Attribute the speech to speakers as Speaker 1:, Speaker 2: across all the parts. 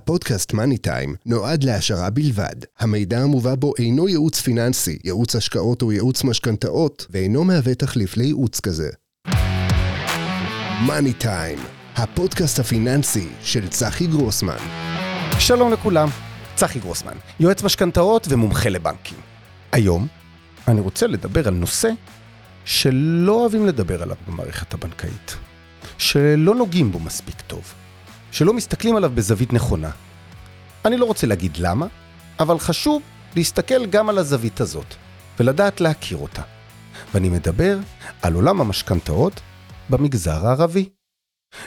Speaker 1: הפודקאסט מאני טיים נועד להשערה בלבד. המידע המובא בו אינו ייעוץ פיננסי, ייעוץ השקעות או ייעוץ משכנתאות, ואינו מהווה תחליף לייעוץ כזה. מאני טיים, הפודקאסט הפיננסי של צחי גרוסמן.
Speaker 2: שלום לכולם, צחי גרוסמן, יועץ משכנתאות ומומחה לבנקים. היום אני רוצה לדבר על נושא שלא אוהבים לדבר עליו במערכת הבנקאית, שלא נוגעים בו מספיק טוב, שלא מסתכלים עליו בזווית נכונה. אני לא רוצה להגיד למה, אבל חשוב להסתכל גם על הזווית הזאת, ולדעת להכיר אותה. ואני מדבר על עולם המשכנתאות במגזר הערבי.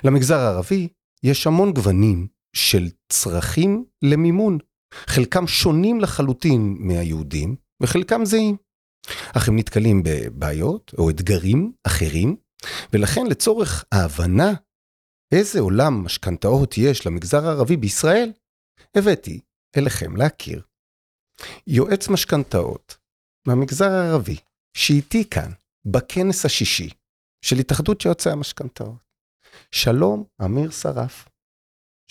Speaker 2: למגזר הערבי יש המון גוונים של צרכים למימון. חלקם שונים לחלוטין מהיהודים, וחלקם זהים. אך הם נתקלים בבעיות או אתגרים אחרים, ולכן לצורך ההבנה איזה עולם משכנתאות יש למגזר הערבי בישראל, הבאתי אליכם להכיר. יועץ משכנתאות מהמגזר הערבי, שאיתי כאן בכנס השישי של התאחדות יועצי המשכנתאות. שלום, אמיר שרף.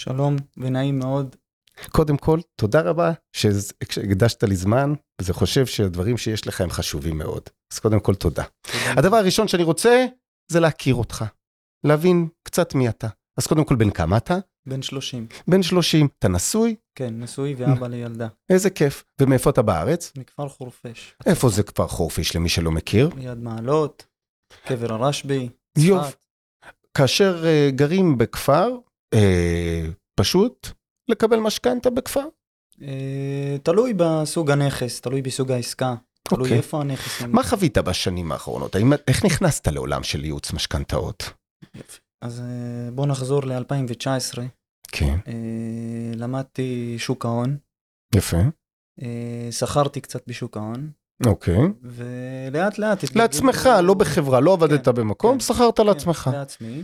Speaker 3: שלום ונעים מאוד.
Speaker 2: קודם כל, תודה רבה שהקדשת לי זמן, וזה חושב שהדברים שיש לך הם חשובים מאוד. אז קודם כל, תודה. הדבר הראשון שאני רוצה, זה להכיר אותך. להבין קצת מי אתה. אז קודם כל, בן כמה אתה?
Speaker 3: בן 30.
Speaker 2: בן 30, אתה נשוי?
Speaker 3: כן, נשוי ואבא לילדה,
Speaker 2: איזה כיף. ומאיפה אתה בארץ?
Speaker 3: מכפר חורפיש.
Speaker 2: איפה זה כפר חורפיש, למי שלא מכיר?
Speaker 3: ליד מעלות, קבר הרשב"י,
Speaker 2: יופי.
Speaker 3: צפת.
Speaker 2: כאשר אה, גרים בכפר, אה, פשוט לקבל משכנתה בכפר.
Speaker 3: אה, תלוי בסוג הנכס, תלוי בסוג העסקה, תלוי
Speaker 2: אוקיי.
Speaker 3: איפה הנכס.
Speaker 2: מה חווית בשנים האחרונות? האם, איך נכנסת לעולם של ייעוץ משכנתאות?
Speaker 3: אז אה, בואו נחזור ל-2019.
Speaker 2: כן.
Speaker 3: אה, למדתי שוק ההון,
Speaker 2: יפה.
Speaker 3: אה, שכרתי קצת בשוק ההון,
Speaker 2: אוקיי.
Speaker 3: ולאט לאט... התגלגל-
Speaker 2: לעצמך, לא בחברה, לא עבדת
Speaker 3: כן,
Speaker 2: במקום,
Speaker 3: כן,
Speaker 2: שכרת
Speaker 3: כן,
Speaker 2: לעצמך.
Speaker 3: לעצמי.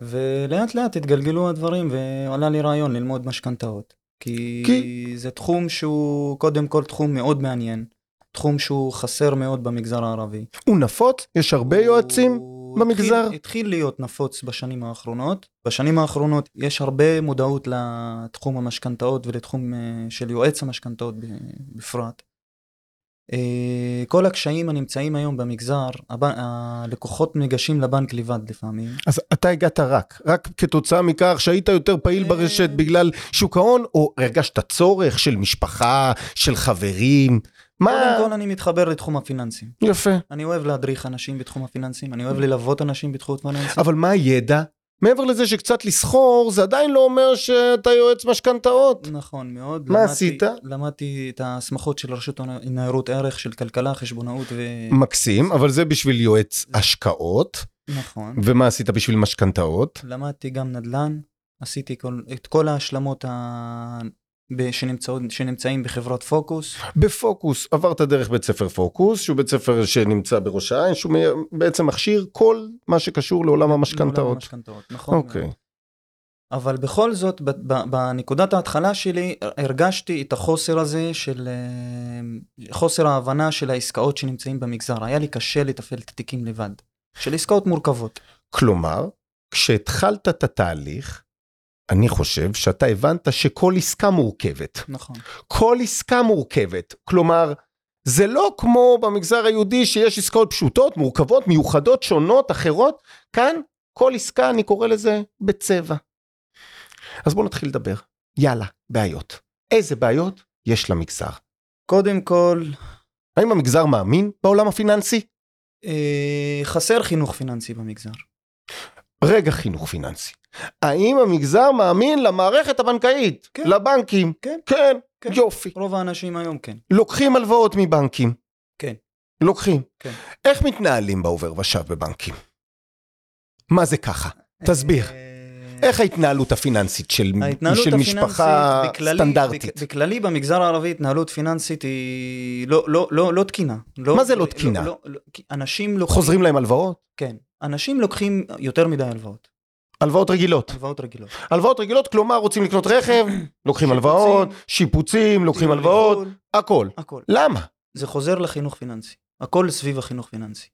Speaker 3: ולאט לאט התגלגלו הדברים ועלה לי רעיון ללמוד משכנתאות. כי,
Speaker 2: כי-
Speaker 3: כי זה תחום שהוא קודם כל תחום מאוד מעניין. תחום שהוא חסר מאוד במגזר הערבי.
Speaker 2: הוא נפוץ, יש הרבה
Speaker 3: הוא-
Speaker 2: יועצים. במגזר?
Speaker 3: התחיל, התחיל להיות נפוץ בשנים האחרונות. בשנים האחרונות יש הרבה מודעות לתחום המשכנתאות ולתחום אה, של יועץ המשכנתאות ב- בפרט. אה, כל הקשיים הנמצאים היום במגזר, הב- הלקוחות ניגשים לבנק לבד לפעמים.
Speaker 2: אז אתה הגעת רק, רק כתוצאה מכך שהיית יותר פעיל
Speaker 3: אה,
Speaker 2: ברשת בגלל שוק ההון, או הרגשת צורך של משפחה, של חברים? מה?
Speaker 3: קודם כל אני מתחבר לתחום הפיננסים.
Speaker 2: יפה.
Speaker 3: אני אוהב להדריך אנשים בתחום הפיננסים, אני אוהב ללוות אנשים בתחום הפיננסים.
Speaker 2: אבל מה הידע? מעבר לזה שקצת לסחור, זה עדיין לא אומר שאתה יועץ משכנתאות.
Speaker 3: נכון מאוד.
Speaker 2: מה
Speaker 3: למדתי-
Speaker 2: עשית?
Speaker 3: למדתי את ההסמכות של רשות ניירות ערך של כלכלה, חשבונאות ו...
Speaker 2: מקסים, אבל זה בשביל יועץ השקעות.
Speaker 3: נכון.
Speaker 2: ומה עשית בשביל משכנתאות?
Speaker 3: למדתי גם נדל"ן, עשיתי כל- את כל ההשלמות ה- ב- שנמצאות- שנמצאים בחברת פוקוס.
Speaker 2: בפוקוס, עברת דרך בית ספר פוקוס, שהוא בית ספר שנמצא בראש העין, שהוא מ- בעצם מכשיר כל מה שקשור לעולם
Speaker 3: לעולם
Speaker 2: המשכנתאות.
Speaker 3: המשכנתאות, נכון. מאוד.
Speaker 2: אוקיי.
Speaker 3: אבל בכל זאת, ב- ב- בנקודת ההתחלה שלי, הרגשתי את החוסר הזה של אה, חוסר ההבנה של העסקאות שנמצאים במגזר. היה לי קשה לתפעל את התיקים לבד, של עסקאות מורכבות.
Speaker 2: כלומר, כשהתחלת את התהליך, אני חושב שאתה הבנת שכל עסקה מורכבת.
Speaker 3: נכון.
Speaker 2: כל עסקה מורכבת. כלומר, זה לא כמו במגזר היהודי שיש עסקאות פשוטות, מורכבות, מיוחדות, שונות, אחרות. כאן, כל עסקה, אני קורא לזה בצבע. אז בואו נתחיל לדבר. יאללה, בעיות. איזה בעיות יש למגזר?
Speaker 3: קודם כל,
Speaker 2: האם המגזר מאמין בעולם הפיננסי?
Speaker 3: אה, חסר חינוך פיננסי במגזר.
Speaker 2: רגע חינוך פיננסי. האם המגזר מאמין למערכת הבנקאית?
Speaker 3: כן.
Speaker 2: לבנקים?
Speaker 3: כן.
Speaker 2: כן,
Speaker 3: כן.
Speaker 2: יופי.
Speaker 3: רוב האנשים היום כן.
Speaker 2: לוקחים הלוואות מבנקים.
Speaker 3: כן.
Speaker 2: לוקחים.
Speaker 3: כן.
Speaker 2: איך מתנהלים בעובר ושב בבנקים? מה זה ככה? תסביר.
Speaker 3: אה,
Speaker 2: איך ההתנהלות הפיננסית של,
Speaker 3: ההתנהלות
Speaker 2: של
Speaker 3: הפיננסית
Speaker 2: משפחה
Speaker 3: בכללי-
Speaker 2: סטנדרטית?
Speaker 3: בכ- בכללי במגזר הערבי התנהלות פיננסית היא לא, לא, לא, לא תקינה.
Speaker 2: מה זה לא תקינה?
Speaker 3: לא, לא, כי אנשים לוקחים,
Speaker 2: חוזרים להם הלוואות?
Speaker 3: כן, אנשים לוקחים יותר מדי הלוואות,
Speaker 2: הלוואות רגילות.
Speaker 3: הלוואות רגילות.
Speaker 2: הלוואות רגילות, כלומר רוצים לקנות רכב, לוקחים
Speaker 3: שיפוצים.
Speaker 2: הלוואות, שיפוצים, לוקחים
Speaker 3: טיול
Speaker 2: הלוואות,
Speaker 3: לחו"ל,
Speaker 2: הכל.
Speaker 3: הכל.
Speaker 2: למה?
Speaker 3: זה חוזר לחינוך פיננסי. הכל סביב החינוך פיננסי.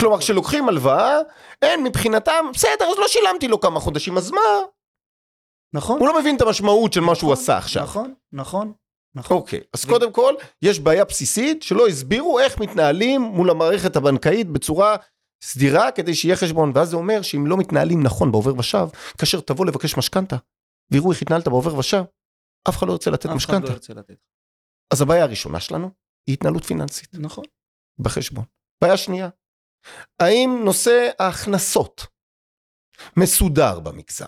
Speaker 2: כלומר, כשלוקחים הלוואה, אין מבחינתם, בסדר, אז לא שילמתי לו כמה חודשים, אז מה?
Speaker 3: נכון,
Speaker 2: הוא לא מבין את המשמעות של מה שהוא עשה עכשיו.
Speaker 3: נכון, נכון, נכון.
Speaker 2: אוקיי, אז קודם כל, יש בעיה בסיסית שלא הסבירו איך מתנהלים מול המערכת הבנקאית בצורה סדירה כדי שיהיה חשבון, ואז זה אומר שאם לא מתנהלים נכון בעובר ושב, כאשר תבוא לבקש משכנתה, ויראו איך התנהלת בעובר ושב, אף אחד לא ירצה לתת
Speaker 3: אף אחד לא
Speaker 2: משכנתה.
Speaker 3: ירצה לתת.
Speaker 2: אז הבעיה הראשונה שלנו היא התנהלות פיננסית.
Speaker 3: נכון.
Speaker 2: בחשבון. בעיה שנייה, האם נושא ההכנסות מסודר במגזר?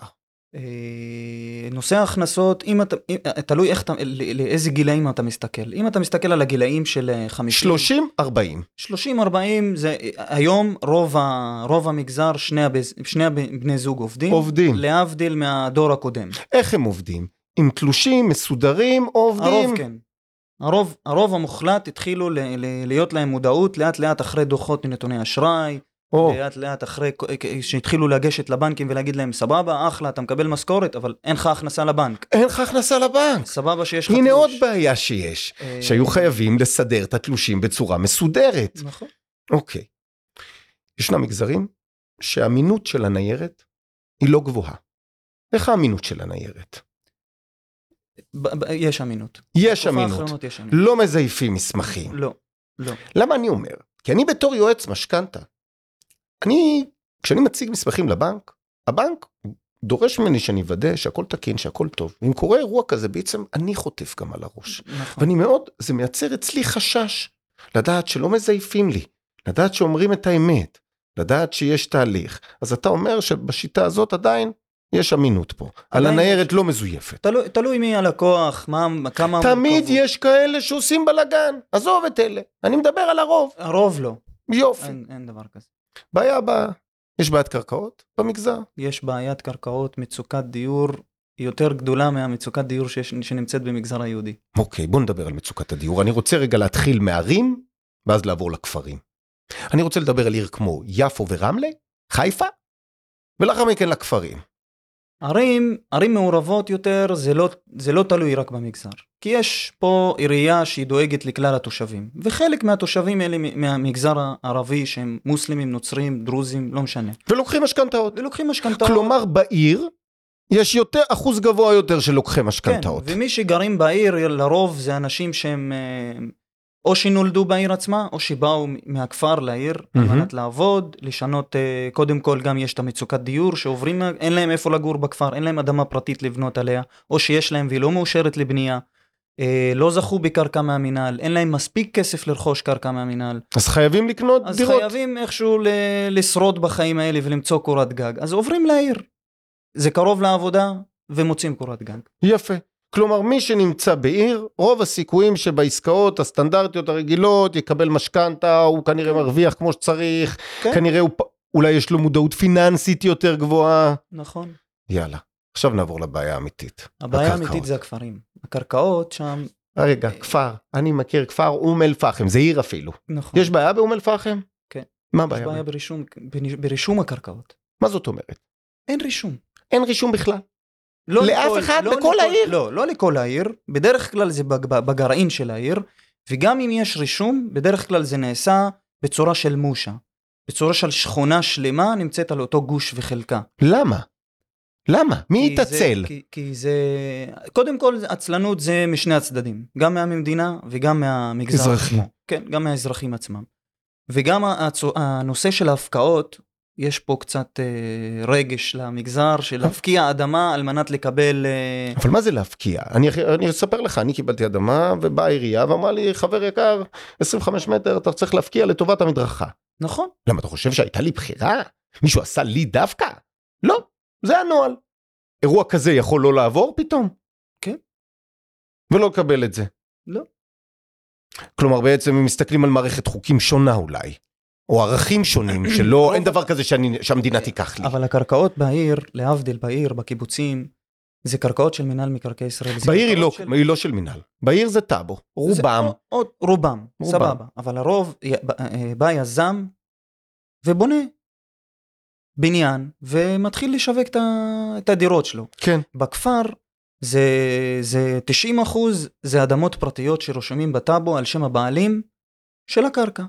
Speaker 3: אה, נושא ההכנסות, אם אתה, אם- אה, תלוי איך אתה, לא- לאיזה גילאים אתה מסתכל. אם אתה מסתכל על הגילאים של אה, 50,
Speaker 2: 30-40.
Speaker 3: 30, 40, זה אה, היום רוב, ה, רוב המגזר, שני, הבז, שני הבן- בני זוג עובדים.
Speaker 2: עובדים.
Speaker 3: להבדיל מהדור הקודם.
Speaker 2: איך הם עובדים? עם תלושים, מסודרים, או עובדים?
Speaker 3: הרוב כן. הרוב, הרוב המוחלט התחילו ל, ל, להיות להם מודעות לאט לאט אחרי דוחות מנתוני אשראי,
Speaker 2: או,
Speaker 3: לאט לאט אחרי שהתחילו לגשת לבנקים ולהגיד להם סבבה אחלה אתה מקבל משכורת אבל אין לך הכנסה לבנק
Speaker 2: אין לך הכנסה לבנק.
Speaker 3: סבבה שיש לך
Speaker 2: הנה עוד
Speaker 3: תלוש."
Speaker 2: בעיה שיש,
Speaker 3: אה,
Speaker 2: שהיו חייבים לסדר את התלושים בצורה מסודרת.
Speaker 3: נכון
Speaker 2: אוקיי. ישנם מגזרים שהאמינות של הניירת היא לא גבוהה. איך האמינות של הניירת?
Speaker 3: ב- ב- יש אמינות
Speaker 2: יש
Speaker 3: בתקופה
Speaker 2: אמינות.
Speaker 3: האחרונות יש אמינות
Speaker 2: לא מזייפים מסמכים.
Speaker 3: לא לא
Speaker 2: למה אני אומר? כי אני בתור יועץ משכנתה, אני, כשאני מציג מסמכים לבנק, הבנק דורש ממני שאני אוודא שהכל תקין, שהכל טוב. אם קורה אירוע כזה, בעצם אני חוטף גם על הראש.
Speaker 3: נכון
Speaker 2: ואני מאוד, זה מייצר אצלי חשש, לדעת שלא מזייפים לי, לדעת שאומרים את האמת, לדעת שיש תהליך. אז אתה אומר שבשיטה הזאת עדיין יש אמינות פה. על
Speaker 3: עדיין
Speaker 2: הניירת לא מזויפת.
Speaker 3: תלוי- תלוי מי הלקוח מה כמה
Speaker 2: תמיד
Speaker 3: המורכבות.
Speaker 2: יש כאלה שעושים בלאגן, עזוב את אלה, אני מדבר על הרוב,
Speaker 3: הרוב לא
Speaker 2: יופי.
Speaker 3: אין- אין דבר כזה
Speaker 2: בעיה הבאה, יש בעיית קרקעות במגזר.
Speaker 3: יש בעיית קרקעות מצוקת דיור יותר גדולה מהמצוקת דיור שיש, שנמצאת במגזר היהודי
Speaker 2: אוקיי, בוא נדבר על מצוקת הדיור. אני רוצה רגע להתחיל מערים, ואז לעבור לכפרים. אני רוצה לדבר על עיר כמו יפו ורמלה, חיפה, ולאחר מכן לכפרים.
Speaker 3: ערים, ערים מעורבות יותר, זה לא, זה לא תלוי רק במגזר. כי יש פה עירייה שהיא דואגת לכלל התושבים. וחלק מהתושבים האלה מ- מהמגזר הערבי, שהם מוסלמים, נוצרים, דרוזים, לא משנה.
Speaker 2: ולוקחים משכנתאות.
Speaker 3: ולוקחים משכנתאות.
Speaker 2: כלומר, בעיר יש יותר, אחוז גבוה יותר של לוקחי
Speaker 3: כן,
Speaker 2: משכנתאות.
Speaker 3: ומי שגרים בעיר, לרוב זה אנשים שהם אה, או שנולדו בעיר עצמה, או שבאו מ- מהכפר לעיר, על
Speaker 2: מהמם.
Speaker 3: מנת לעבוד, לשנות, אה, קודם כל גם יש את המצוקת דיור שעוברים, מה- אין להם איפה לגור בכפר, אין להם אדמה פרטית לבנות עליה, או שיש להם והיא לא מאושרת לבנייה. אה, לא זכו בקרקע מהמינהל, אין להם מספיק כסף לרכוש קרקע מהמינהל.
Speaker 2: אז חייבים לקנות
Speaker 3: אז
Speaker 2: דירות.
Speaker 3: חייבים איכשהו ל- לשרוד בחיים האלה ולמצוא קורת גג. אז עוברים לעיר. זה קרוב לעבודה ומוצאים קורת גג.
Speaker 2: יפה. כלומר, מי שנמצא בעיר, רוב הסיכויים שבעסקאות הסטנדרטיות הרגילות יקבל משכנתה, הוא כנראה מרוויח כמו שצריך,
Speaker 3: כן.
Speaker 2: כנראה הוא, פ- אולי יש לו מודעות פיננסית יותר גבוהה.
Speaker 3: נכון.
Speaker 2: יאללה, עכשיו נעבור לבעיה האמיתית.
Speaker 3: הבעיה
Speaker 2: הקרקעות.
Speaker 3: האמיתית זה הכפרים. הקרקעות שם,
Speaker 2: רגע,
Speaker 3: אה.
Speaker 2: כפר, אני מכיר כפר אום אל פחם, זה עיר אפילו.
Speaker 3: נכון.
Speaker 2: יש בעיה באום אל פחם?
Speaker 3: כן.
Speaker 2: מה
Speaker 3: יש
Speaker 2: הבעיה?
Speaker 3: בעיה
Speaker 2: בה?
Speaker 3: ברישום, ברישום הקרקעות.
Speaker 2: מה זאת אומרת?
Speaker 3: אין רישום.
Speaker 2: אין רישום בכלל.
Speaker 3: לא
Speaker 2: לאף אחד
Speaker 3: לא
Speaker 2: בכל
Speaker 3: לכל-
Speaker 2: העיר.
Speaker 3: לא, לא לכל העיר. בדרך כלל זה בג- בגרעין של העיר, וגם אם יש רישום, בדרך כלל זה נעשה בצורה של מושה. בצורה של שכונה שלמה נמצאת על אותו גוש וחלקה.
Speaker 2: למה? למה? מי
Speaker 3: כי זה-
Speaker 2: יתעצל?
Speaker 3: כי, כי זה... קודם כל, עצלנות זה משני הצדדים. גם מהמדינה וגם מהמגזר.
Speaker 2: אזרחי.
Speaker 3: עצמו. כן, גם מהאזרחים עצמם. וגם הצו... הנושא של ההפקעות, יש פה קצת אה, רגש למגזר של להפקיע אדמה על מנת לקבל... אה,
Speaker 2: אבל מה זה להפקיע? אני, אני אספר לך, אני קיבלתי אדמה ובאה העירייה ואמרה לי, חבר יקר, 25 מטר אתה צריך להפקיע לטובת המדרכה.
Speaker 3: נכון,
Speaker 2: למה אתה חושב שהייתה לי בחירה? מישהו עשה לי דווקא? לא, זה הנוהל. אירוע כזה יכול לא לעבור פתאום?
Speaker 3: כן.
Speaker 2: ולא לקבל את זה.
Speaker 3: לא.
Speaker 2: כלומר בעצם הם מסתכלים על מערכת חוקים שונה אולי, או ערכים שונים שלא, אין דבר כזה שאני, שהמדינה תיקח לי.
Speaker 3: לא, אבל הקרקעות בעיר, להבדיל בעיר, בקיבוצים, זה קרקעות של מינהל מקרקעי ישראל. זה
Speaker 2: בעיר היא לא,
Speaker 3: קרקעות של-
Speaker 2: היא לא של מינהל, בעיר זה טאבו, רובם.
Speaker 3: זה, או, או, רובם,
Speaker 2: רובם.
Speaker 3: סבבה. אבל הרוב, י- ב- אה, בא יזם ובונה בניין, ומתחיל לשווק את, ה- את הדירות שלו.
Speaker 2: כן.
Speaker 3: בכפר זה, זה 90 אחוז, זה אדמות פרטיות שרשומים בטאבו על שם הבעלים של הקרקע.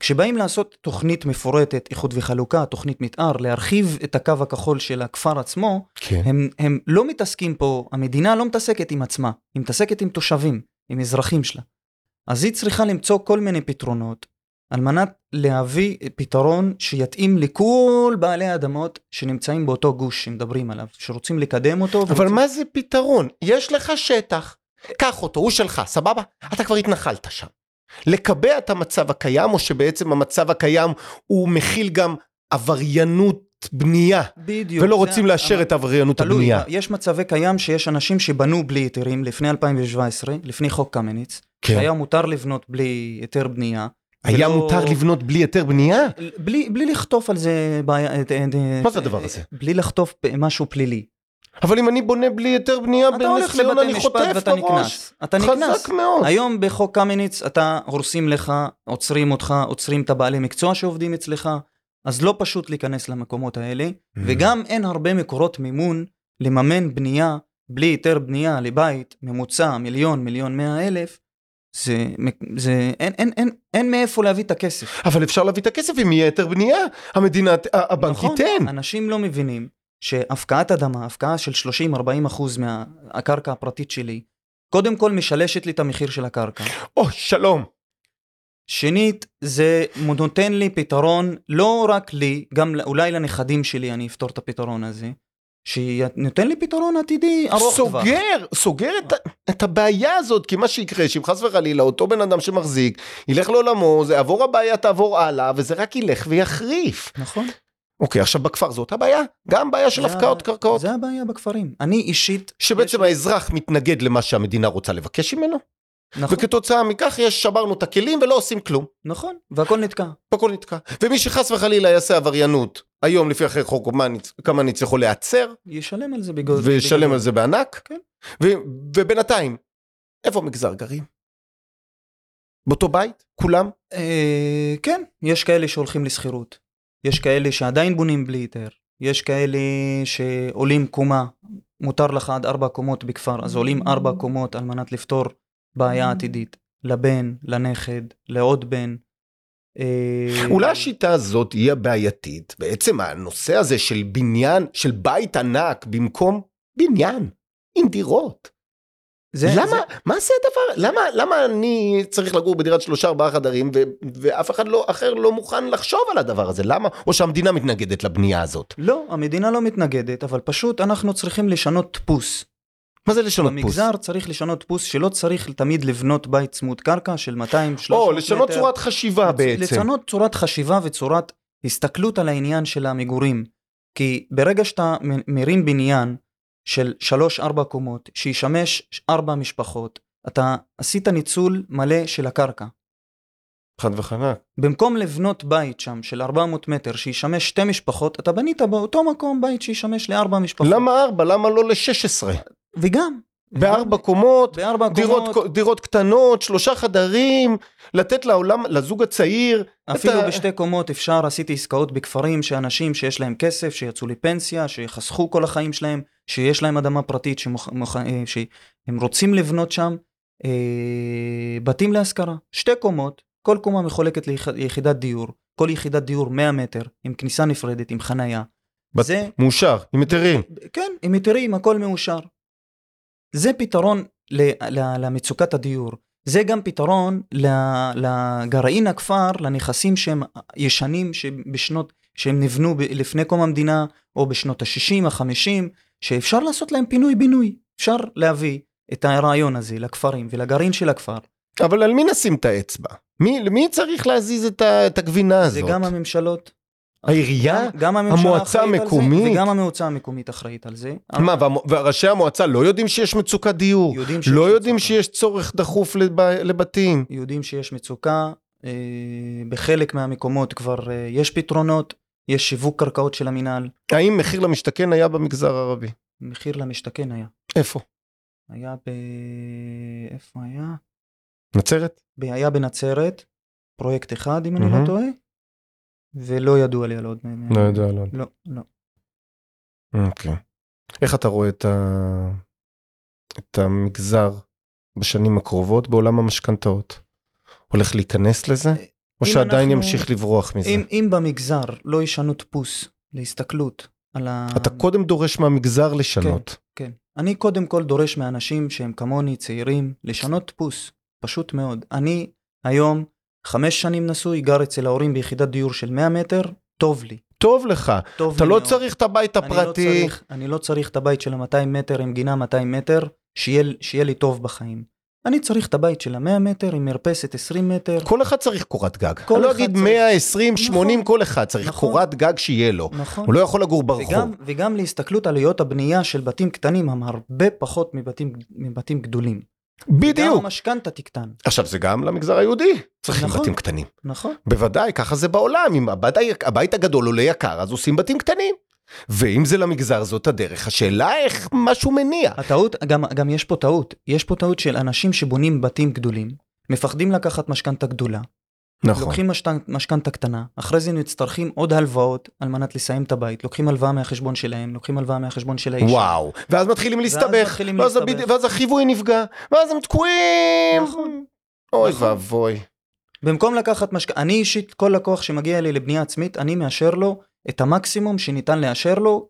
Speaker 3: כשבאים לעשות תוכנית מפורטת, איחוד וחלוקה, תוכנית מתאר, להרחיב את הקו הכחול של הכפר עצמו,
Speaker 4: כן.
Speaker 3: הם, הם לא מתעסקים פה, המדינה לא מתעסקת עם עצמה, היא מתעסקת עם תושבים, עם אזרחים שלה. אז היא צריכה למצוא כל מיני פתרונות, על מנת להביא פתרון שיתאים לכל בעלי האדמות שנמצאים באותו גוש שמדברים עליו, שרוצים לקדם אותו.
Speaker 2: אבל
Speaker 3: ורוצים-
Speaker 2: מה זה פתרון? יש לך שטח, קח אותו, הוא שלך, סבבה? אתה כבר התנחלת שם. לקבע את המצב הקיים, או שבעצם המצב הקיים הוא מכיל גם עבריינות בנייה,
Speaker 3: בדיוק.
Speaker 2: ולא
Speaker 3: זה
Speaker 2: רוצים
Speaker 3: ה-
Speaker 2: לאשר את עבריינות
Speaker 3: תלוי,
Speaker 2: הבנייה.
Speaker 3: יש מצבי קיים שיש אנשים שבנו בלי היתרים לפני 2017, לפני חוק קמיניץ,
Speaker 2: כן.
Speaker 3: שהיה מותר לבנות בלי היתר בנייה.
Speaker 2: היה
Speaker 3: ולא-
Speaker 2: מותר לבנות בלי היתר בנייה?
Speaker 3: בלי, בלי לחטוף על זה בעיה... אה, אה, אה,
Speaker 2: מה זה הדבר הזה?
Speaker 3: בלי לחטוף משהו פלילי.
Speaker 2: אבל אם אני בונה בלי היתר בנייה
Speaker 3: אתה
Speaker 2: בנס
Speaker 3: הולך
Speaker 2: ציונה,
Speaker 3: לבתי
Speaker 2: אני
Speaker 3: משפט
Speaker 2: חוטף
Speaker 3: ואתה
Speaker 2: בראש.
Speaker 3: נקנס. אתה נקנס.
Speaker 2: חזק מאוד.
Speaker 3: היום בחוק קמיניץ אתה הורסים לך, עוצרים אותך, עוצרים את הבעלי מקצוע שעובדים אצלך, אז לא פשוט להיכנס למקומות האלה,
Speaker 2: Mm.
Speaker 3: וגם אין הרבה מקורות מימון לממן בנייה בלי היתר בנייה לבית ממוצע מיליון, מיליון מאה אלף, זה, זה אין, אין, אין, אין מאיפה להביא את הכסף.
Speaker 2: אבל אפשר להביא את הכסף אם יהיה היתר בנייה, המדינה, ה- הבנק
Speaker 3: נכון,
Speaker 2: ייתן.
Speaker 3: אנשים לא מבינים שהפקעת אדמה, הפקעה של 30-40 אחוז מהקרקע הפרטית שלי, קודם כל משלשת לי את המחיר של הקרקע.
Speaker 2: או, שלום.
Speaker 3: שנית, זה נותן לי פתרון, לא רק לי, גם לא- אולי לנכדים שלי אני אפתור את הפתרון הזה, שנותן לי פתרון עתידי ארוך טווח.
Speaker 2: סוגר, סוגר את, ה- את הבעיה הזאת, כי מה שיקרה, שאם חס וחלילה אותו בן אדם שמחזיק, ילך לעולמו, זה יעבור הבעיה, תעבור הלאה, וזה רק ילך ויחריף.
Speaker 3: נכון.
Speaker 2: אוקיי, עכשיו בכפר זאת הבעיה, גם בעיה של
Speaker 3: זה ה-
Speaker 2: הפקעות קרקעות,
Speaker 3: זה הבעיה בכפרים. אני אישית,
Speaker 2: שבעצם האזרח מתנגד למה שהמדינה רוצה לבקש ממנו,
Speaker 3: נכון,
Speaker 2: וכתוצאה מכך יש, שברנו את הכלים ולא עושים כלום.
Speaker 3: נכון, והכל נתקע.
Speaker 2: והכל נתקע. ומי שחס וחלילה יעשה עבריינות, היום לפי אחרי חוק קמניץ- קמניץ יכול להיעצר,
Speaker 3: ישלם על זה בגודל.
Speaker 2: וישלם על זה בענק,
Speaker 3: כן.
Speaker 2: ו- ובינתיים, איפה המגזר גרים? באותו בית? כולם?
Speaker 3: אה, כן, יש כאלה שהולכים לשכירות. יש כאלה שעדיין בונים בלי היתר. יש כאלה שעולים קומה. מותר לך עד ארבע קומות בכפר, אז עולים ארבע קומות על מנת לפתור בעיה
Speaker 2: Mm.
Speaker 3: עתידית. לבן, לנכד, לעוד בן. אה,
Speaker 2: אולי השיטה הזאת היא הבעייתית, בעצם הנושא הזה של בניין, של בית ענק במקום בניין, עם דירות.
Speaker 3: זה,
Speaker 2: למה,
Speaker 3: זה,
Speaker 2: מה זה הדבר, למה, למה אני צריך לגור בדירת שלושה ארבעה חדרים ו- ואף אחד לא, אחר לא מוכן לחשוב על הדבר הזה, למה? או שהמדינה מתנגדת לבנייה הזאת.
Speaker 3: לא, המדינה לא מתנגדת, אבל פשוט אנחנו צריכים לשנות דפוס.
Speaker 2: מה זה לשנות פוס?
Speaker 3: במגזר צריך לשנות דפוס שלא צריך תמיד לבנות בית צמוד קרקע של 200-300 מטר.
Speaker 2: או לשנות צורת חשיבה
Speaker 3: לצ-
Speaker 2: בעצם.
Speaker 3: לצנות צורת חשיבה וצורת הסתכלות על העניין של המגורים. כי ברגע שאתה מ- מרים בניין של 3-4 קומות, שישמש 4 משפחות, אתה עשית ניצול מלא של הקרקע.
Speaker 2: חד וחלק.
Speaker 3: במקום לבנות בית שם של 400 מטר שישמש שתי משפחות, אתה בנית באותו מקום בית שישמש לארבע משפחות.
Speaker 2: למה ארבע? למה לא ל-16?
Speaker 3: וגם.
Speaker 2: בארבע קומות,
Speaker 3: אה, בארבע קומות,
Speaker 2: דירות, דירות קטנות, שלושה חדרים, לתת לעולם, לזוג הצעיר.
Speaker 3: אפילו
Speaker 2: אתה-
Speaker 3: בשתי קומות אפשר, עשיתי עסקאות בכפרים שאנשים שיש להם כסף, שיצאו לפנסיה, שיחסכו כל החיים שלהם, שיש להם אדמה פרטית, שמוכ... מוכ... אה, שהם רוצים לבנות שם אה, בתים להשכרה. שתי קומות, כל קומה מחולקת ליח... ליחידת דיור, כל יחידת דיור 100 מטר, עם כניסה נפרדת, עם חנייה.
Speaker 2: בת-
Speaker 3: זה,
Speaker 2: מאושר, עם היתרים.
Speaker 3: כן, עם היתרים, הכל מאושר. זה פתרון ל... ל... למצוקת הדיור. זה גם פתרון ל- לגרעין הכפר, לנכסים שהם ישנים, שהם בשנות, שהם נבנו ב- לפני קום המדינה, או בשנות ה-60, ה-50, שאפשר לעשות להם פינוי-בינוי. אפשר להביא את הרעיון הזה לכפרים ולגרעין של הכפר.
Speaker 2: אבל על מי נשים את האצבע? מי, למי צריך להזיז את, ה, את הגבינה הזאת?
Speaker 3: זה גם הממשלות.
Speaker 2: העירייה?
Speaker 3: גם, גם הממשלה
Speaker 2: המועצה
Speaker 3: אחראית על זה,
Speaker 2: המקומית?
Speaker 3: וגם המועצה המקומית אחראית על זה.
Speaker 2: מה, והמו- וראשי המועצה לא יודעים שיש מצוקת דיור?
Speaker 3: יודעים שיש
Speaker 2: לא יודעים
Speaker 3: מצוקה.
Speaker 2: שיש צורך דחוף לב, לבתים?
Speaker 3: יודעים שיש מצוקה, אה, בחלק מהמקומות כבר אה, יש פתרונות, יש שיווק קרקעות של המינהל,
Speaker 2: האם מחיר למשתכן היה במגזר הערבי?
Speaker 3: מחיר למשתכן היה.
Speaker 2: איפה?
Speaker 3: היה ב... איפה היה?
Speaker 2: נצרת?
Speaker 3: ב- היה בנצרת, פרויקט אחד אם אני
Speaker 2: מהמם.
Speaker 3: לא טועה, ולא ידוע לי על עוד מהם.
Speaker 2: לא.
Speaker 3: לא, לא.
Speaker 2: אוקיי. איך אתה רואה את, ה... את המגזר בשנים הקרובות בעולם המשכנתאות? הולך להיכנס לזה? או
Speaker 3: אה, אם
Speaker 2: שעדיין
Speaker 3: אנחנו-
Speaker 2: ימשיך לברוח מזה?
Speaker 3: אם, אם במגזר לא ישנו דפוס להסתכלות על ה...
Speaker 2: אתה קודם דורש מהמגזר לשנות.
Speaker 3: אה, כן. אני קודם כל דורש מאנשים שהם כמוני, צעירים, לשנות דפוס. פשוט מאוד. אני היום חמש שנים נשוי, גר אצל ההורים ביחידת דיור של 100 מטר, טוב לי.
Speaker 2: טוב לך,
Speaker 3: טוב
Speaker 2: אתה
Speaker 3: לי
Speaker 2: לא
Speaker 3: מאוד.
Speaker 2: צריך את הבית
Speaker 3: אני לא
Speaker 2: הפרטי.
Speaker 3: צריך- אני לא צריך את הבית של ה-200 מטר עם גינה 200 מטר, שיהיה, שיהיה לי טוב בחיים. אני צריך את הבית של ה-100 מטר עם מרפסת 20 מטר.
Speaker 2: כל אחד צריך קורת גג.
Speaker 3: כל
Speaker 2: אני לא
Speaker 3: אחד
Speaker 2: אגיד
Speaker 3: צריך.
Speaker 2: 100, 20, 80,
Speaker 3: נכון.
Speaker 2: כל אחד צריך
Speaker 3: נכון.
Speaker 2: קורת גג שיהיה לו.
Speaker 3: נכון.
Speaker 2: הוא לא יכול לגור ברחוב.
Speaker 3: וגם, וגם להסתכלות עלויות הבנייה של בתים קטנים הם הרבה פחות מבתים, מבתים גדולים. גם
Speaker 2: בדיוק.
Speaker 3: המשכנתה תקטן,
Speaker 2: עכשיו זה גם למגזר היהודי. צריכים
Speaker 3: נכון.
Speaker 2: בתים קטנים.
Speaker 3: נכון?
Speaker 2: בוודאי, ככה זה בעולם. אם הבית, הבית הגדול עולה יקר, אז עושים בתים קטנים. ואם זה למגזר זאת הדרך, השאלה איך משהו מניע.
Speaker 3: הטעות, גם, גם יש פה טעות. יש פה טעות של אנשים שבונים בתים גדולים, מפחדים לקחת משכנתה גדולה,
Speaker 2: נכון.
Speaker 3: לוקחים משת- משכנתה קטנה, אחרי זה מצטרכים עוד הלוואות על מנת לסיים את הבית, לוקחים הלוואה מהחשבון שלהם, לוקחים הלוואה מהחשבון של האישה.
Speaker 2: וואו, ואז מתחילים להסתבך,
Speaker 3: מתחילים
Speaker 2: ואז
Speaker 3: להסתבך.
Speaker 2: הבד- ואז החיווי נפגע, ואז הם תקועים.
Speaker 3: נכון.
Speaker 2: אוי
Speaker 3: נכון.
Speaker 2: ואבוי.
Speaker 3: במקום לקחת משכנתה, אני אישית, כל לקוח שמגיע אלי לבנייה עצמית, אני מאשר לו את המקסימום שניתן לאשר לו,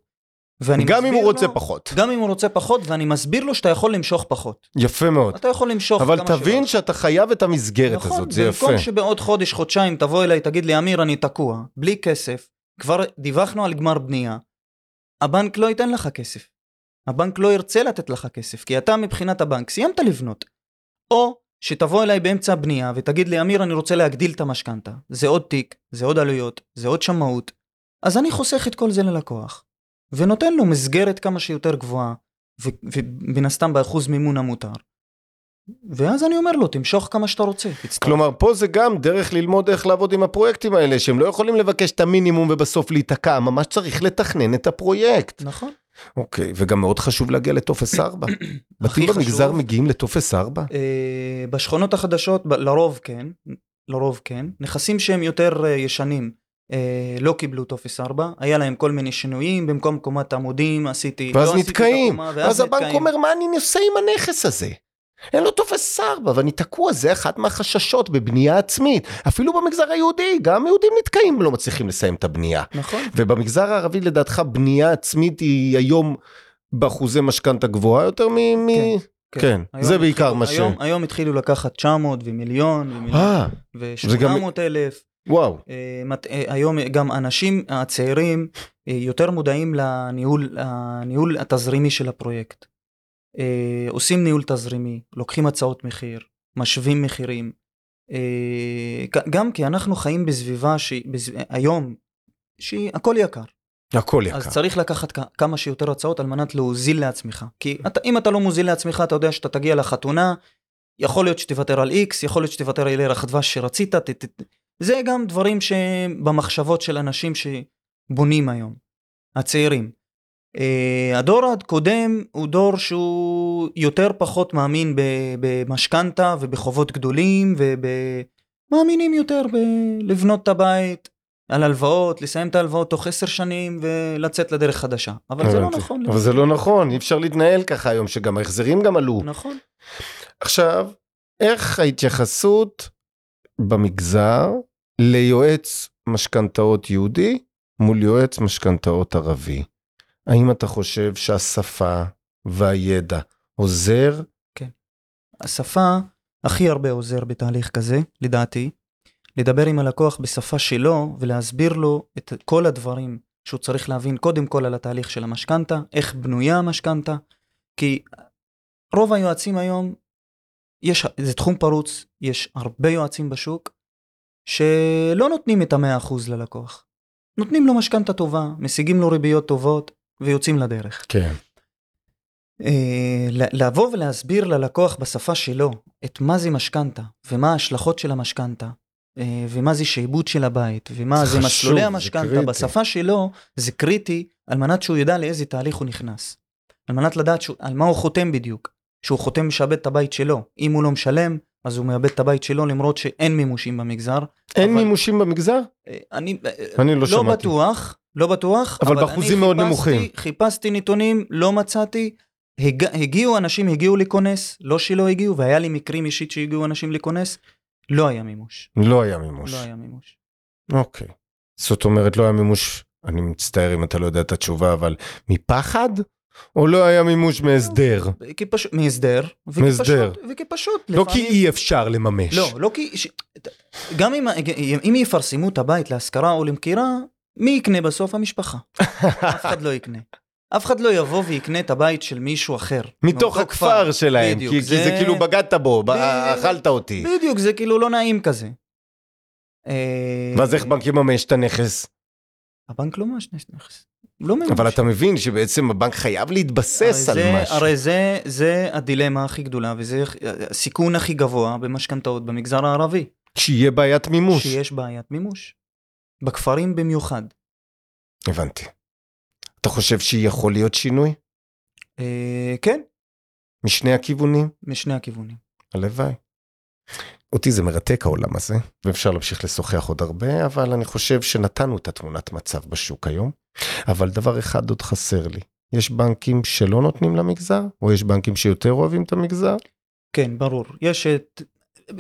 Speaker 3: ואני
Speaker 2: גם אם
Speaker 3: מסביר
Speaker 2: הוא רוצה
Speaker 3: לו,
Speaker 2: פחות.
Speaker 3: גם אם הוא רוצה פחות, ואני מסביר לו שאתה יכול למשוך פחות.
Speaker 2: יפה מאוד.
Speaker 3: אתה יכול למשוך
Speaker 2: אוקיי. אבל
Speaker 3: כמה
Speaker 2: תבין
Speaker 3: שבא.
Speaker 2: שאתה חייב את המסגרת
Speaker 3: נכון,
Speaker 2: הזאת, זה יפה.
Speaker 3: במקום שבעוד חודש, חודשיים תבוא אליי, תגיד לי, אמיר, אני תקוע, בלי כסף, כבר דיווחנו על גמר בנייה, הבנק לא ייתן לך כסף. הבנק לא ירצה לתת לך כסף, כי אתה מבחינת הבנק סיימת לבנות. או שתבוא אליי באמצע הבנייה ותגיד לי, אמיר, אני רוצה להגדיל את המשכנתה. זה עוד תיק, זה עוד עלויות, זה עוד שמאות. אז אני חוסך את כל זה ללקוח, ונותן לו מסגרת כמה שיותר גבוהה, ו- ומן הסתם באחוז מימון המותר. ואז אני אומר לו, תמשוך כמה שאתה רוצה, תצטרך.
Speaker 2: כלומר, פה זה גם דרך ללמוד איך לעבוד עם הפרויקטים האלה, שהם לא יכולים לבקש את המינימום ובסוף להיתקע, ממש צריך לתכנן את הפרויקט.
Speaker 3: נכון.
Speaker 2: אוקיי, וגם מאוד חשוב להגיע לטופס 4. בתים
Speaker 3: הכי חשוב.
Speaker 2: במגזר מגיעים לטופס 4?
Speaker 3: אה, בשכונות החדשות, ב- לרוב כן, לרוב כן. נכסים שהם יותר אה, ישנים אה, לא קיבלו טופס 4, היה להם כל מיני שינויים, במקום קומת עמודים עשיתי,
Speaker 2: ואז
Speaker 3: לא עשיתי את
Speaker 2: נתקעים,
Speaker 3: הקומה,
Speaker 2: אז הבנק
Speaker 3: נתקעים.
Speaker 2: אומר, מה אני עושה עם הנכס הזה? אין לו טופס 4 ואני תקוע, זה אחת מהחששות בבנייה עצמית. אפילו במגזר היהודי, גם יהודים נתקעים לא מצליחים לסיים את הבנייה.
Speaker 3: נכון.
Speaker 2: ובמגזר הערבי לדעתך בנייה עצמית היא היום באחוזי משכנתה גבוהה יותר מ... מ... כן,
Speaker 3: היום
Speaker 2: זה בעיקר מה ש...
Speaker 3: התחילו- היום, היום התחילו לקחת 900 ומיליון ומיליון
Speaker 2: אה, זה גם-
Speaker 3: ו-800 אלף.
Speaker 2: וואו,
Speaker 3: אה, מת- אה, היום גם אנשים הצעירים אה, יותר מודעים לניהול הניהול התזרימי של הפרויקט. אה, עושים ניהול תזרימי, לוקחים הצעות מחיר, משווים מחירים. אה, ג- גם כי אנחנו חיים בסביבה שהיא, בסב- היום, שהכל יקר.
Speaker 2: הכל
Speaker 3: אז
Speaker 2: יקר.
Speaker 3: צריך לקחת כ- כמה שיותר הצעות על מנת להוזיל לעצמך. כי אתה, אם אתה לא מוזיל לעצמך, אתה יודע שאתה תגיע לחתונה, יכול להיות שתוותר על איקס, יכול להיות שתוותר על ירח דבש שרצית, ת, ת, ת. זה גם דברים שהם במחשבות של אנשים שבונים היום, הצעירים. אה, הדור הקודם הוא דור שהוא יותר פחות מאמין ב- במשכנתה ובחובות גדולים ומאמינים יותר בלבנות את הבית, על הלוואות, לסיים את ההלוואות תוך עשר שנים ולצאת לדרך חדשה. אבל זה לא
Speaker 2: הבנתי.
Speaker 3: נכון.
Speaker 2: אבל זה לא נכון, אי אפשר להתנהל ככה היום, שגם ההחזרים גם עלו.
Speaker 3: נכון.
Speaker 2: עכשיו, איך ההתייחסות במגזר ליועץ משכנתאות יהודי מול יועץ משכנתאות ערבי? האם אתה חושב שהשפה והידע עוזר?
Speaker 3: השפה הכי הרבה עוזר בתהליך כזה, לדעתי, לדבר עם הלקוח בשפה שלו ולהסביר לו את כל הדברים שהוא צריך להבין קודם כל על התהליך של המשכנתה, איך בנויה המשכנתה, כי רוב היועצים היום, יש, זה תחום פרוץ, יש הרבה יועצים בשוק שלא נותנים את המאה אחוז ללקוח. נותנים לו משכנתה טובה, משיגים לו ריביות טובות ויוצאים לדרך.
Speaker 2: כן.
Speaker 3: אה, ל- לבוא ולהסביר ללקוח בשפה שלו את מה זה משכנתה, ומה ההשלכות של המשכנתה, אה, ומה זה שעבוד של הבית, ומה
Speaker 2: זה
Speaker 3: זה
Speaker 2: חשוב,
Speaker 3: מסלולי
Speaker 2: זה
Speaker 3: המשכנתה,
Speaker 2: קריטי.
Speaker 3: בשפה שלו זה קריטי על מנת שהוא ידע לאיזה תהליך הוא נכנס. על מנת לדעת שהוא, על מה הוא חותם בדיוק, שהוא חותם משעבד את הבית שלו, אם הוא לא משלם, אז הוא מאבד את הבית שלו למרות שאין מימושים במגזר.
Speaker 2: אין
Speaker 3: אבל-
Speaker 2: מימושים במגזר?
Speaker 3: אה, אני, אה,
Speaker 2: אני לא
Speaker 3: לא
Speaker 2: שמעתי.
Speaker 3: בטוח, לא בטוח.
Speaker 2: אבל
Speaker 3: אני
Speaker 2: באחוזים מאוד
Speaker 3: חיפשתי-
Speaker 2: נמוכים.
Speaker 3: חיפשתי נתונים, לא מצאתי. הג... הגיעו אנשים, הגיעו לכונס, לא שלא הגיעו, והיה לי מקרים אישית שהגיעו אנשים לכונס, לא היה מימוש.
Speaker 4: לא היה מימוש.
Speaker 3: לא היה מימוש.
Speaker 4: אוקיי.
Speaker 2: זאת אומרת, לא היה מימוש, אני מצטער אם אתה לא יודע את התשובה, אבל מפחד? או לא היה מימוש מהסדר?
Speaker 3: כי פשוט, מהסדר. וכי
Speaker 2: מהסדר.
Speaker 3: פשוט- וכי פשוט.
Speaker 2: לא כי
Speaker 3: לפעמים-
Speaker 2: אי אפשר לממש.
Speaker 3: לא, לא כי... ש... גם אם, אם יפרסמו את הבית להשכרה או למכירה, מי יקנה בסוף? המשפחה. אף אחד לא יקנה. אף אחד לא יבוא ויקנה את הבית של מישהו אחר.
Speaker 2: מתוך
Speaker 3: מאותו
Speaker 2: הכפר שלהם, כי
Speaker 3: בדיוק, כן.
Speaker 2: כי זה כאילו בגדת בו, ב-
Speaker 3: בדיוק.
Speaker 2: אכלת אותי.
Speaker 3: בדיוק, זה כאילו לא נעים כזה. אה,
Speaker 2: ואז איך בנק יממש את הנכס?
Speaker 3: הבנק לא ממש נכנס. לא ממש.
Speaker 2: אבל אתה מבין שבעצם הבנק חייב להתבסס על
Speaker 3: הרי זה-
Speaker 2: משהו.
Speaker 3: הרי זה, זה הדילמה הכי גדולה וזה הסיכון הכי גבוה במשכנתאות במגזר הערבי.
Speaker 2: שיהיה בעיית מימוש.
Speaker 3: שיש בעיית מימוש. בכפרים במיוחד.
Speaker 2: הבנתי. אתה חושב שיכול להיות שינוי?
Speaker 3: אה, כן,
Speaker 2: משני הכיוונים?
Speaker 3: משני הכיוונים.
Speaker 2: הלוואי. אותי זה מרתק העולם הזה, ואפשר להמשיך לשוחח עוד הרבה, אבל אני חושב שנתנו את התמונת מצב בשוק היום. אבל דבר אחד עוד חסר לי, יש בנקים שלא נותנים למגזר, או יש בנקים שיותר אוהבים את המגזר?
Speaker 3: כן, ברור. יש את...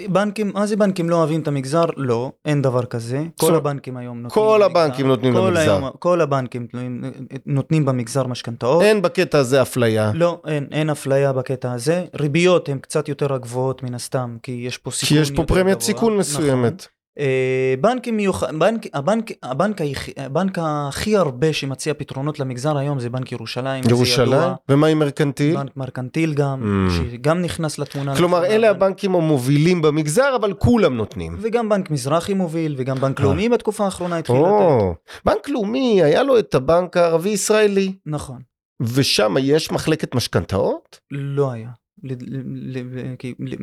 Speaker 3: בנקים, מה זה בנקים לא אוהבים את המגזר? לא, אין דבר כזה. כל
Speaker 2: אומרת,
Speaker 3: הבנקים היום נותנים
Speaker 2: כל
Speaker 3: למגזר.
Speaker 2: הבנקים נותנים
Speaker 3: כל
Speaker 2: למגזר.
Speaker 3: היום- כל הבנקים תלויים- נותנים במגזר משכנתאות.
Speaker 2: אין בקטע הזה אפליה.
Speaker 3: לא, אין, אין אפליה בקטע הזה. ריביות הן קצת יותר גבוהות מן הסתם, כי יש פה סיכון
Speaker 2: כי יש פה
Speaker 3: יותר
Speaker 2: פרמיית
Speaker 3: גבוה.
Speaker 2: סיכון
Speaker 3: נכון.
Speaker 2: מסוימת.
Speaker 3: אה, בנקים מיוחד... בנק, הבנק, הבנק, היח- הבנק הכי הרבה שמציע פתרונות למגזר היום זה בנק ירושלים. זה
Speaker 2: ירושלים,
Speaker 3: ידוע. נכון,
Speaker 2: ומה עם מרקנטיל?
Speaker 3: בנק מרקנטיל גם,
Speaker 2: Mm.
Speaker 3: שגם נכנס לתמונה.
Speaker 2: כלומר,
Speaker 3: לאחרונה.
Speaker 2: אלה הבנקים המובילים במגזר, אבל כולם נותנים.
Speaker 3: וגם בנק מזרחי מוביל, וגם בנק לאומי בתקופה האחרונה התחיל לתת.
Speaker 2: אה. או, בנק לאומי, היה לו את הבנק הערבי-ישראלי,
Speaker 3: נכון,
Speaker 2: ושם יש מחלקת משכנתאות?
Speaker 3: לא היה. ל- ל- ל- כי- ל-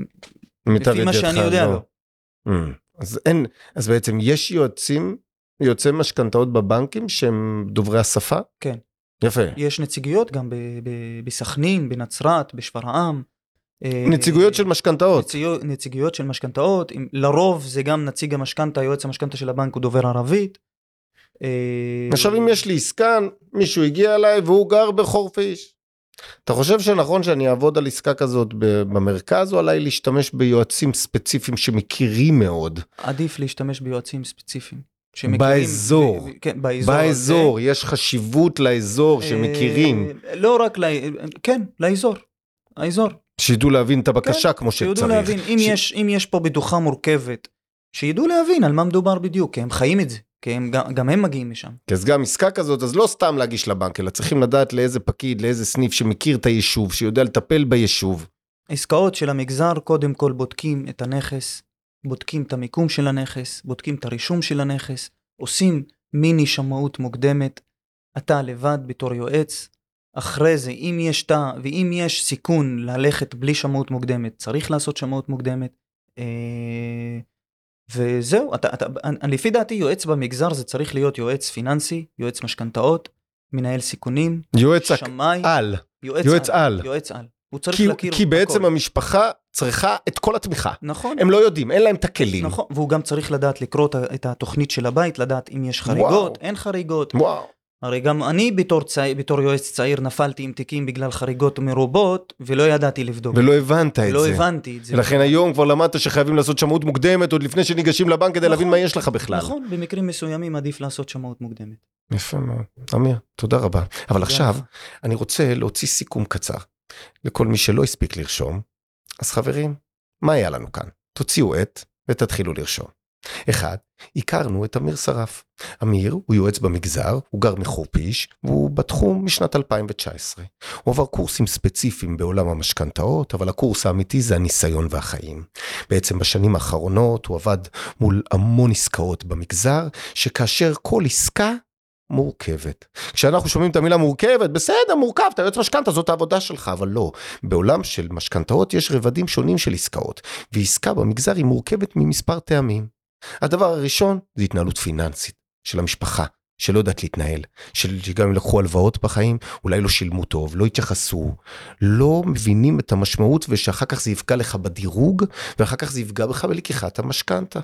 Speaker 2: למיטב
Speaker 3: לפי מה
Speaker 2: ידיעתך,
Speaker 3: שאני יודע, לא.
Speaker 2: אמ, אז אין, אז בעצם יש יועצים, יועצי משכנתאות בבנקים שהם דוברי השפה?
Speaker 3: כן.
Speaker 2: יפה.
Speaker 3: יש נציגויות גם ב- ב- בסכנין, בנצרת, בשפרעם. אה,
Speaker 2: נציגויות של משכנתאות.
Speaker 3: נציגו- נציגויות של משכנתאות, עם- לרוב זה גם נציג המשכנתה, יועץ המשכנתה של הבנק הוא דובר ערבית. אה,
Speaker 2: עכשיו אם יש לי עסקן, מישהו הגיע אליי והוא גר בחורפיש. אתה חושב שנכון שאני אעבוד על עסקה כזאת ב- במרכז, או עליי להשתמש ביועצים ספציפיים שמכירים מאוד?
Speaker 3: עדיף להשתמש ביועצים ספציפיים.
Speaker 2: באזור.
Speaker 3: ו- ו- כן, באזור. הזה.
Speaker 2: באזור, יש חשיבות לאזור שמכירים,
Speaker 3: אה, לא רק, ל... כן, לאזור. האזור.
Speaker 2: שידעו להבין את הבקשה כמו
Speaker 3: כן, שידעו
Speaker 2: שצריך.
Speaker 3: להבין, אם,
Speaker 2: ש-
Speaker 3: יש, אם יש פה בטוחה מורכבת, שידעו להבין על מה מדובר בדיוק, כי הם חיים את זה, כי הם, גם, גם הם מגיעים משם.
Speaker 2: כי אז גם עסקה כזאת, אז לא סתם להגיש לבנק, אלא צריכים לדעת לאיזה פקיד, לאיזה סניף שמכיר את היישוב, שיודע לטפל ביישוב.
Speaker 3: עסקאות של המגזר, קודם כל בודקים את הנכס, בודקים את המיקום של הנכס, בודקים את הרישום של הנכס, עושים מיני שמאות מוקדמת, אתה לבד בתור יועץ. אחרי זה, אם יש תא ואם יש סיכון ללכת בלי שמאות מוקדמת, צריך לעשות שמאות מוקדמת. אה, וזהו, אתה, אתה, אני- לפי דעתי יועץ במגזר זה צריך להיות יועץ פיננסי, יועץ משכנתאות, מנהל סיכונים,
Speaker 2: יועץ הק-
Speaker 3: שמאי,
Speaker 2: על, יועץ על.
Speaker 3: יועץ על. הוא צריך
Speaker 2: כי-
Speaker 3: להכיר
Speaker 2: כי בעצם
Speaker 3: הכל.
Speaker 2: המשפחה צריכה את כל התמיכה.
Speaker 3: נכון,
Speaker 2: הם לא יודעים, אין להם את הכלים.
Speaker 3: נכון, והוא גם צריך לדעת לקרוא את ה- את התוכנית של הבית, לדעת אם יש חריגות,
Speaker 2: וואו.
Speaker 3: אין חריגות.
Speaker 2: וואו.
Speaker 3: הרי גם אני בתור, צעיר, בתור יועץ צעיר נפלתי עם תיקים בגלל חריגות מרובות, ולא ידעתי לבדוק.
Speaker 2: ולא הבנת את
Speaker 3: לא
Speaker 2: זה.
Speaker 3: הבנתי את זה.
Speaker 2: לכן היום כבר למדת שחייבים לעשות שמאות מוקדמת עוד לפני שניגשים לבנק כדי
Speaker 3: נכון.
Speaker 2: להבין מה יש לך בכלל.
Speaker 3: נכון, במקרים מסוימים עדיף לעשות שמאות מוקדמת.
Speaker 2: יפה מאוד. אמיר, תודה רבה. אבל עכשיו, אני רוצה להוציא סיכום קצר. לכל מי שלא הספיק לרשום, אז חברים, מה היה לנו כאן? תוציאו עט ותתחילו לרשום. אחד, הכרנו את אמיר שרף. אמיר הוא יועץ במגזר, הוא גר מחורפיש, והוא בתחום משנת 2019. הוא עבר קורסים ספציפיים בעולם המשכנתאות, אבל הקורס האמיתי זה הניסיון והחיים. בעצם בשנים האחרונות הוא עבד מול המון עסקאות במגזר, שכאשר כל עסקה מורכבת. כשאנחנו שומעים את המילה מורכבת, בסדר, מורכב, אתה יועץ משכנתה, זאת העבודה שלך, אבל לא. בעולם של משכנתאות יש רבדים שונים של עסקאות, ועסקה במגזר היא מורכבת ממספר טעמים. הדבר הראשון זה התנהלות פיננסית של המשפחה. שלא יודעת להתנהל, של- שגם אם לקחו הלוואות בחיים, אולי לא שילמו טוב, לא התייחסו, לא מבינים את המשמעות ושאחר כך זה יפגע לך בדירוג, ואחר כך זה יפגע בך בלקיחת המשכנתה.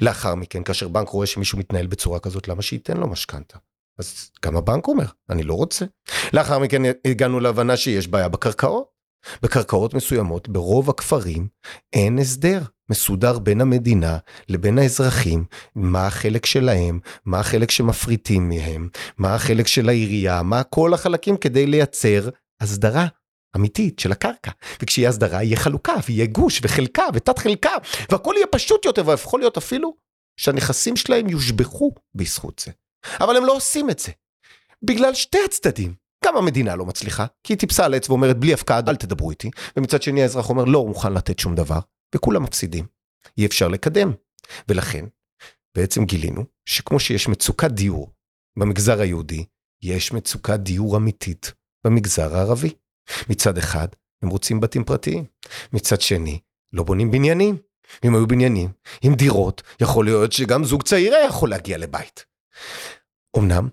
Speaker 2: לאחר מכן, כאשר בנק רואה שמישהו מתנהל בצורה כזאת, למה שייתן לו משכנתה? אז גם הבנק אומר, אני לא רוצה. לאחר מכן הגענו להבנה שיש בעיה בקרקעות. בקרקעות מסוימות, ברוב הכפרים, אין הסדר מסודר בין המדינה לבין האזרחים, מה החלק שלהם, מה החלק שמפריטים מהם, מה החלק של העירייה, מה כל החלקים כדי לייצר הסדרה. אמיתית של הקרקע, וכשיהיה הסדרה יהיה חלוקה, ויהיה גוש, וחלקה, ותת חלקה, והכל יהיה פשוט יותר, ויכול להיות אפילו שהנכסים שלהם יושבחו בזכות זה. אבל הם לא עושים את זה. בגלל שתי הצדדים. גם המדינה לא מצליחה, כי היא טיפסה על עץ ואומרת בלי הפקעה אל תדברו איתי, ומצד שני האזרח אומר לא הוא מוכן לתת שום דבר, וכולם מפסידים. אי אפשר לקדם. ולכן, בעצם גילינו שכמו שיש מצוקת דיור במגזר היהודי, יש מצוקת דיור אמיתית במגזר הערבי. מצד אחד, הם רוצים בתים פרטיים. מצד שני, לא בונים בניינים. אם היו בניינים, עם דירות, יכול להיות שגם זוג צעיר היה יכול להגיע לבית. אמנם,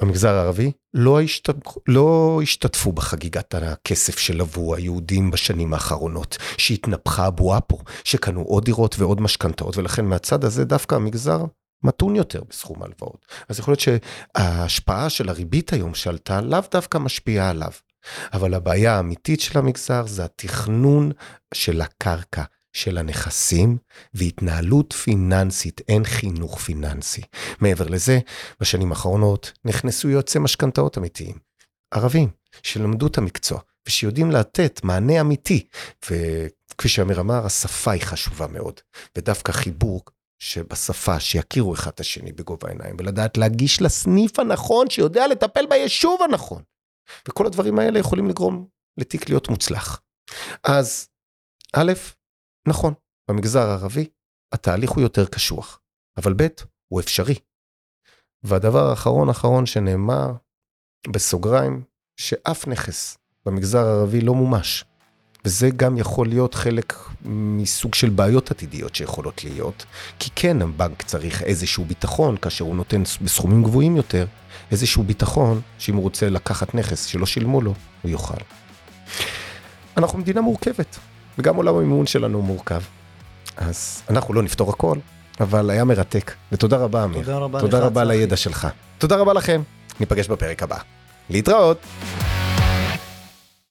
Speaker 2: במגזר הערבי לא, השת... לא השתתפו בחגיגת הכסף שלוו היהודים בשנים האחרונות, שהתנפחה הבועה פה, שקנו עוד דירות ועוד משכנתאות, ולכן מהצד הזה דווקא המגזר מתון יותר בסכום ההלוואות. אז יכול להיות שההשפעה של הריבית היום שעלתה לאו דווקא משפיעה עליו. אבל הבעיה האמיתית של המגזר זה התכנון של הקרקע, של הנכסים והתנהלות פיננסית, אין חינוך פיננסי. מעבר לזה, בשנים האחרונות נכנסו יועצי משכנתאות אמיתיים, ערבים, שלמדו את המקצוע ושיודעים לתת מענה אמיתי. וכפי שאמיר אמר, השפה היא חשובה מאוד, ודווקא חיבור שבשפה שיכירו אחד את השני בגובה העיניים, ולדעת להגיש לסניף הנכון שיודע לטפל ביישוב הנכון. וכל הדברים האלה יכולים לגרום לתיק להיות מוצלח. אז א', נכון, במגזר הערבי התהליך הוא יותר קשוח, אבל ב', הוא אפשרי. והדבר האחרון אחרון שנאמר, בסוגריים, שאף נכס במגזר הערבי לא מומש. וזה גם יכול להיות חלק מסוג של בעיות עתידיות שיכולות להיות, כי כן הבנק צריך איזשהו ביטחון, כאשר הוא נותן בסכומים גבוהים יותר, איזשהו ביטחון שאם הוא רוצה לקחת נכס שלא שילמו לו, הוא יוכל. אנחנו מדינה מורכבת, וגם עולם המימון שלנו הוא מורכב. אז אנחנו לא נפתור הכל, אבל היה מרתק, ותודה רבה אמיר.
Speaker 3: תודה רבה
Speaker 2: תודה
Speaker 3: לך,
Speaker 2: רבה על
Speaker 3: צחי.
Speaker 2: הידע שלך. תודה רבה לכם, ניפגש בפרק הבא. להתראות.